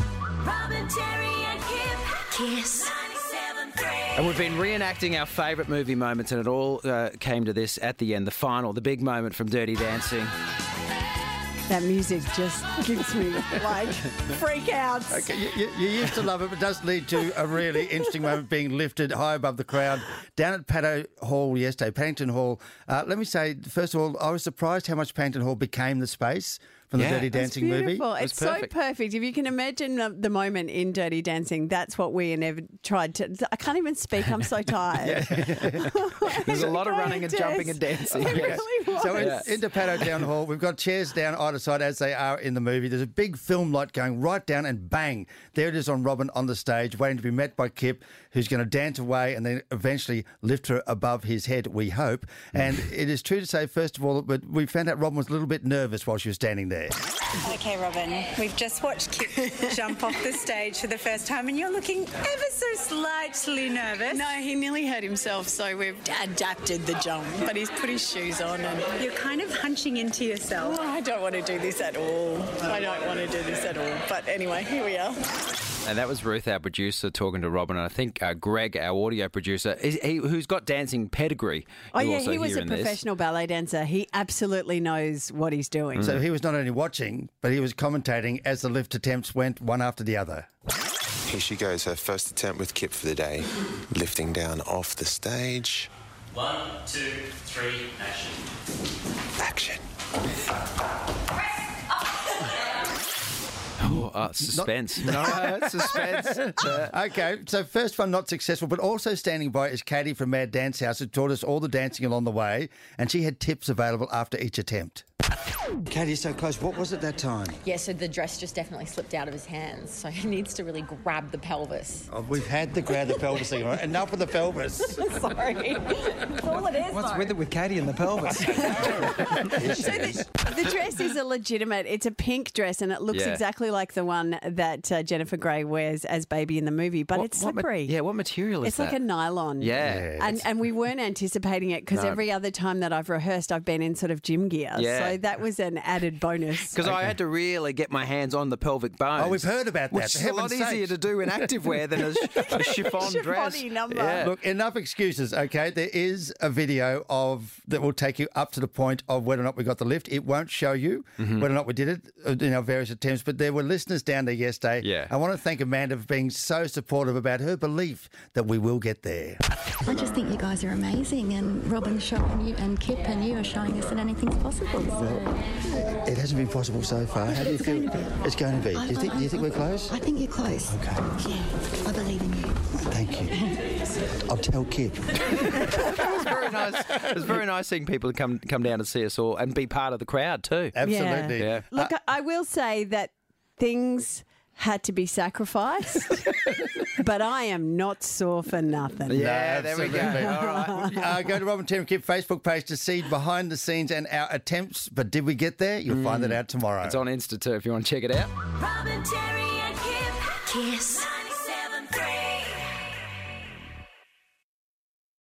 Robin, Terry, and Kip. Kiss. 97.3. And we've been reenacting our favourite movie moments, and it all uh, came to this at the end, the final, the big moment from Dirty Dancing. That music just gives me like freak outs. Okay, you, you, you used to love it, but it does lead to a really interesting moment being lifted high above the crowd. Down at Paddo Hall yesterday, Paddington Hall. Uh, let me say, first of all, I was surprised how much Paddington Hall became the space from Yeah. the Dirty That's Dancing movie. Beautiful. was It's perfect. so perfect. If you can imagine the, the moment in Dirty Dancing, that's what we and Evan tried to. I can't even speak. I'm so tired. There's a lot of Trying running to and jumping dance. and dancing. It Yes. really was. So in, Yes. into Paddo Down Hall, we've got chairs down either side as they are in the movie. There's a big film light going right down, and bang, there it is on Robin on the stage, waiting to be met by Kip, who's going to dance away and then eventually lift her above his head, we hope. And it is true to say, first of all, but we found out Robin was a little bit nervous while she was standing there. Okay, Robin, we've just watched Kip jump off the stage for the first time, and you're looking ever so slightly nervous. No, he nearly hurt himself, so we've adapted the jump. But he's put his shoes on, and "Oh, You're kind of hunching into yourself. I don't want to do this at all. I don't want to do this at all. But anyway, here we are. And that was Ruth, our producer, talking to Robin, and I think uh, Greg, our audio producer, is, he, who's got dancing pedigree. Oh you'll yeah, also he was hear a in this. professional ballet dancer. He absolutely knows what he's doing. So he was not only watching, but he was commentating as the lift attempts went one after the other. Here she goes, her first attempt with Kip for the day, lifting down off the stage. One, two, three, action. Action. Oh, uh, suspense. no, it's suspense. Okay, so first one not successful, but also standing by is Katie from Mad Dance House, who taught us all the dancing along the way, and she had tips available after each attempt. Katie's so close. What was it that time? Yeah, so the dress just definitely slipped out of his hands, so he needs to really grab the pelvis. Oh, we've had the grab the pelvis thing. all right? Enough with the pelvis. Sorry. What's with it with Katie and the pelvis? The dress is a legitimate. It's a pink dress, and it looks Yeah. exactly like the one that uh, Jennifer Grey wears as baby in the movie. But it's What- what ma- slippery. yeah, what material is It's that? like a nylon. Yeah. Yeah, and and we weren't anticipating it because No. every other time that I've rehearsed, I've been in sort of gym gear. Yeah. So that was an added bonus. Because I had to really get my hands on the pelvic bones. Oh, we've heard about that, Which for is a lot heaven's easier sakes. to do in activewear than a, sh- a chiffon dress. Chiffon-y number. Yeah. Look, enough excuses, okay? There is a video of that will take you up to the point of whether or not we got the lift. It won't show you whether or not we did it uh, in our various attempts, but there were listeners down there yesterday. Yeah. I want to thank Amanda for being so supportive about her belief that we will get there. I just think you guys are amazing, and Robin's showing you, and Kip and you are showing us that anything's possible. It hasn't been possible so far. How do you feel? It's going to be. Do you think? Do you think we're close? I think you're close. Okay. Yeah, I believe in you. Thank you. I'll tell Kip. it was very nice. It was very nice seeing people come come down to see us all and be part of the crowd too. Absolutely. Yeah. Look, I I will say that things had to be sacrificed, but I am not sore for nothing. Yeah, there we go. absolutely. All right. Uh, go to Robin Tim Kip Facebook page to see behind the scenes and our attempts. But did we get there? You'll find that out tomorrow. It's on Insta too if you want to check it out. Robin, Terry, and Kip. Kiss.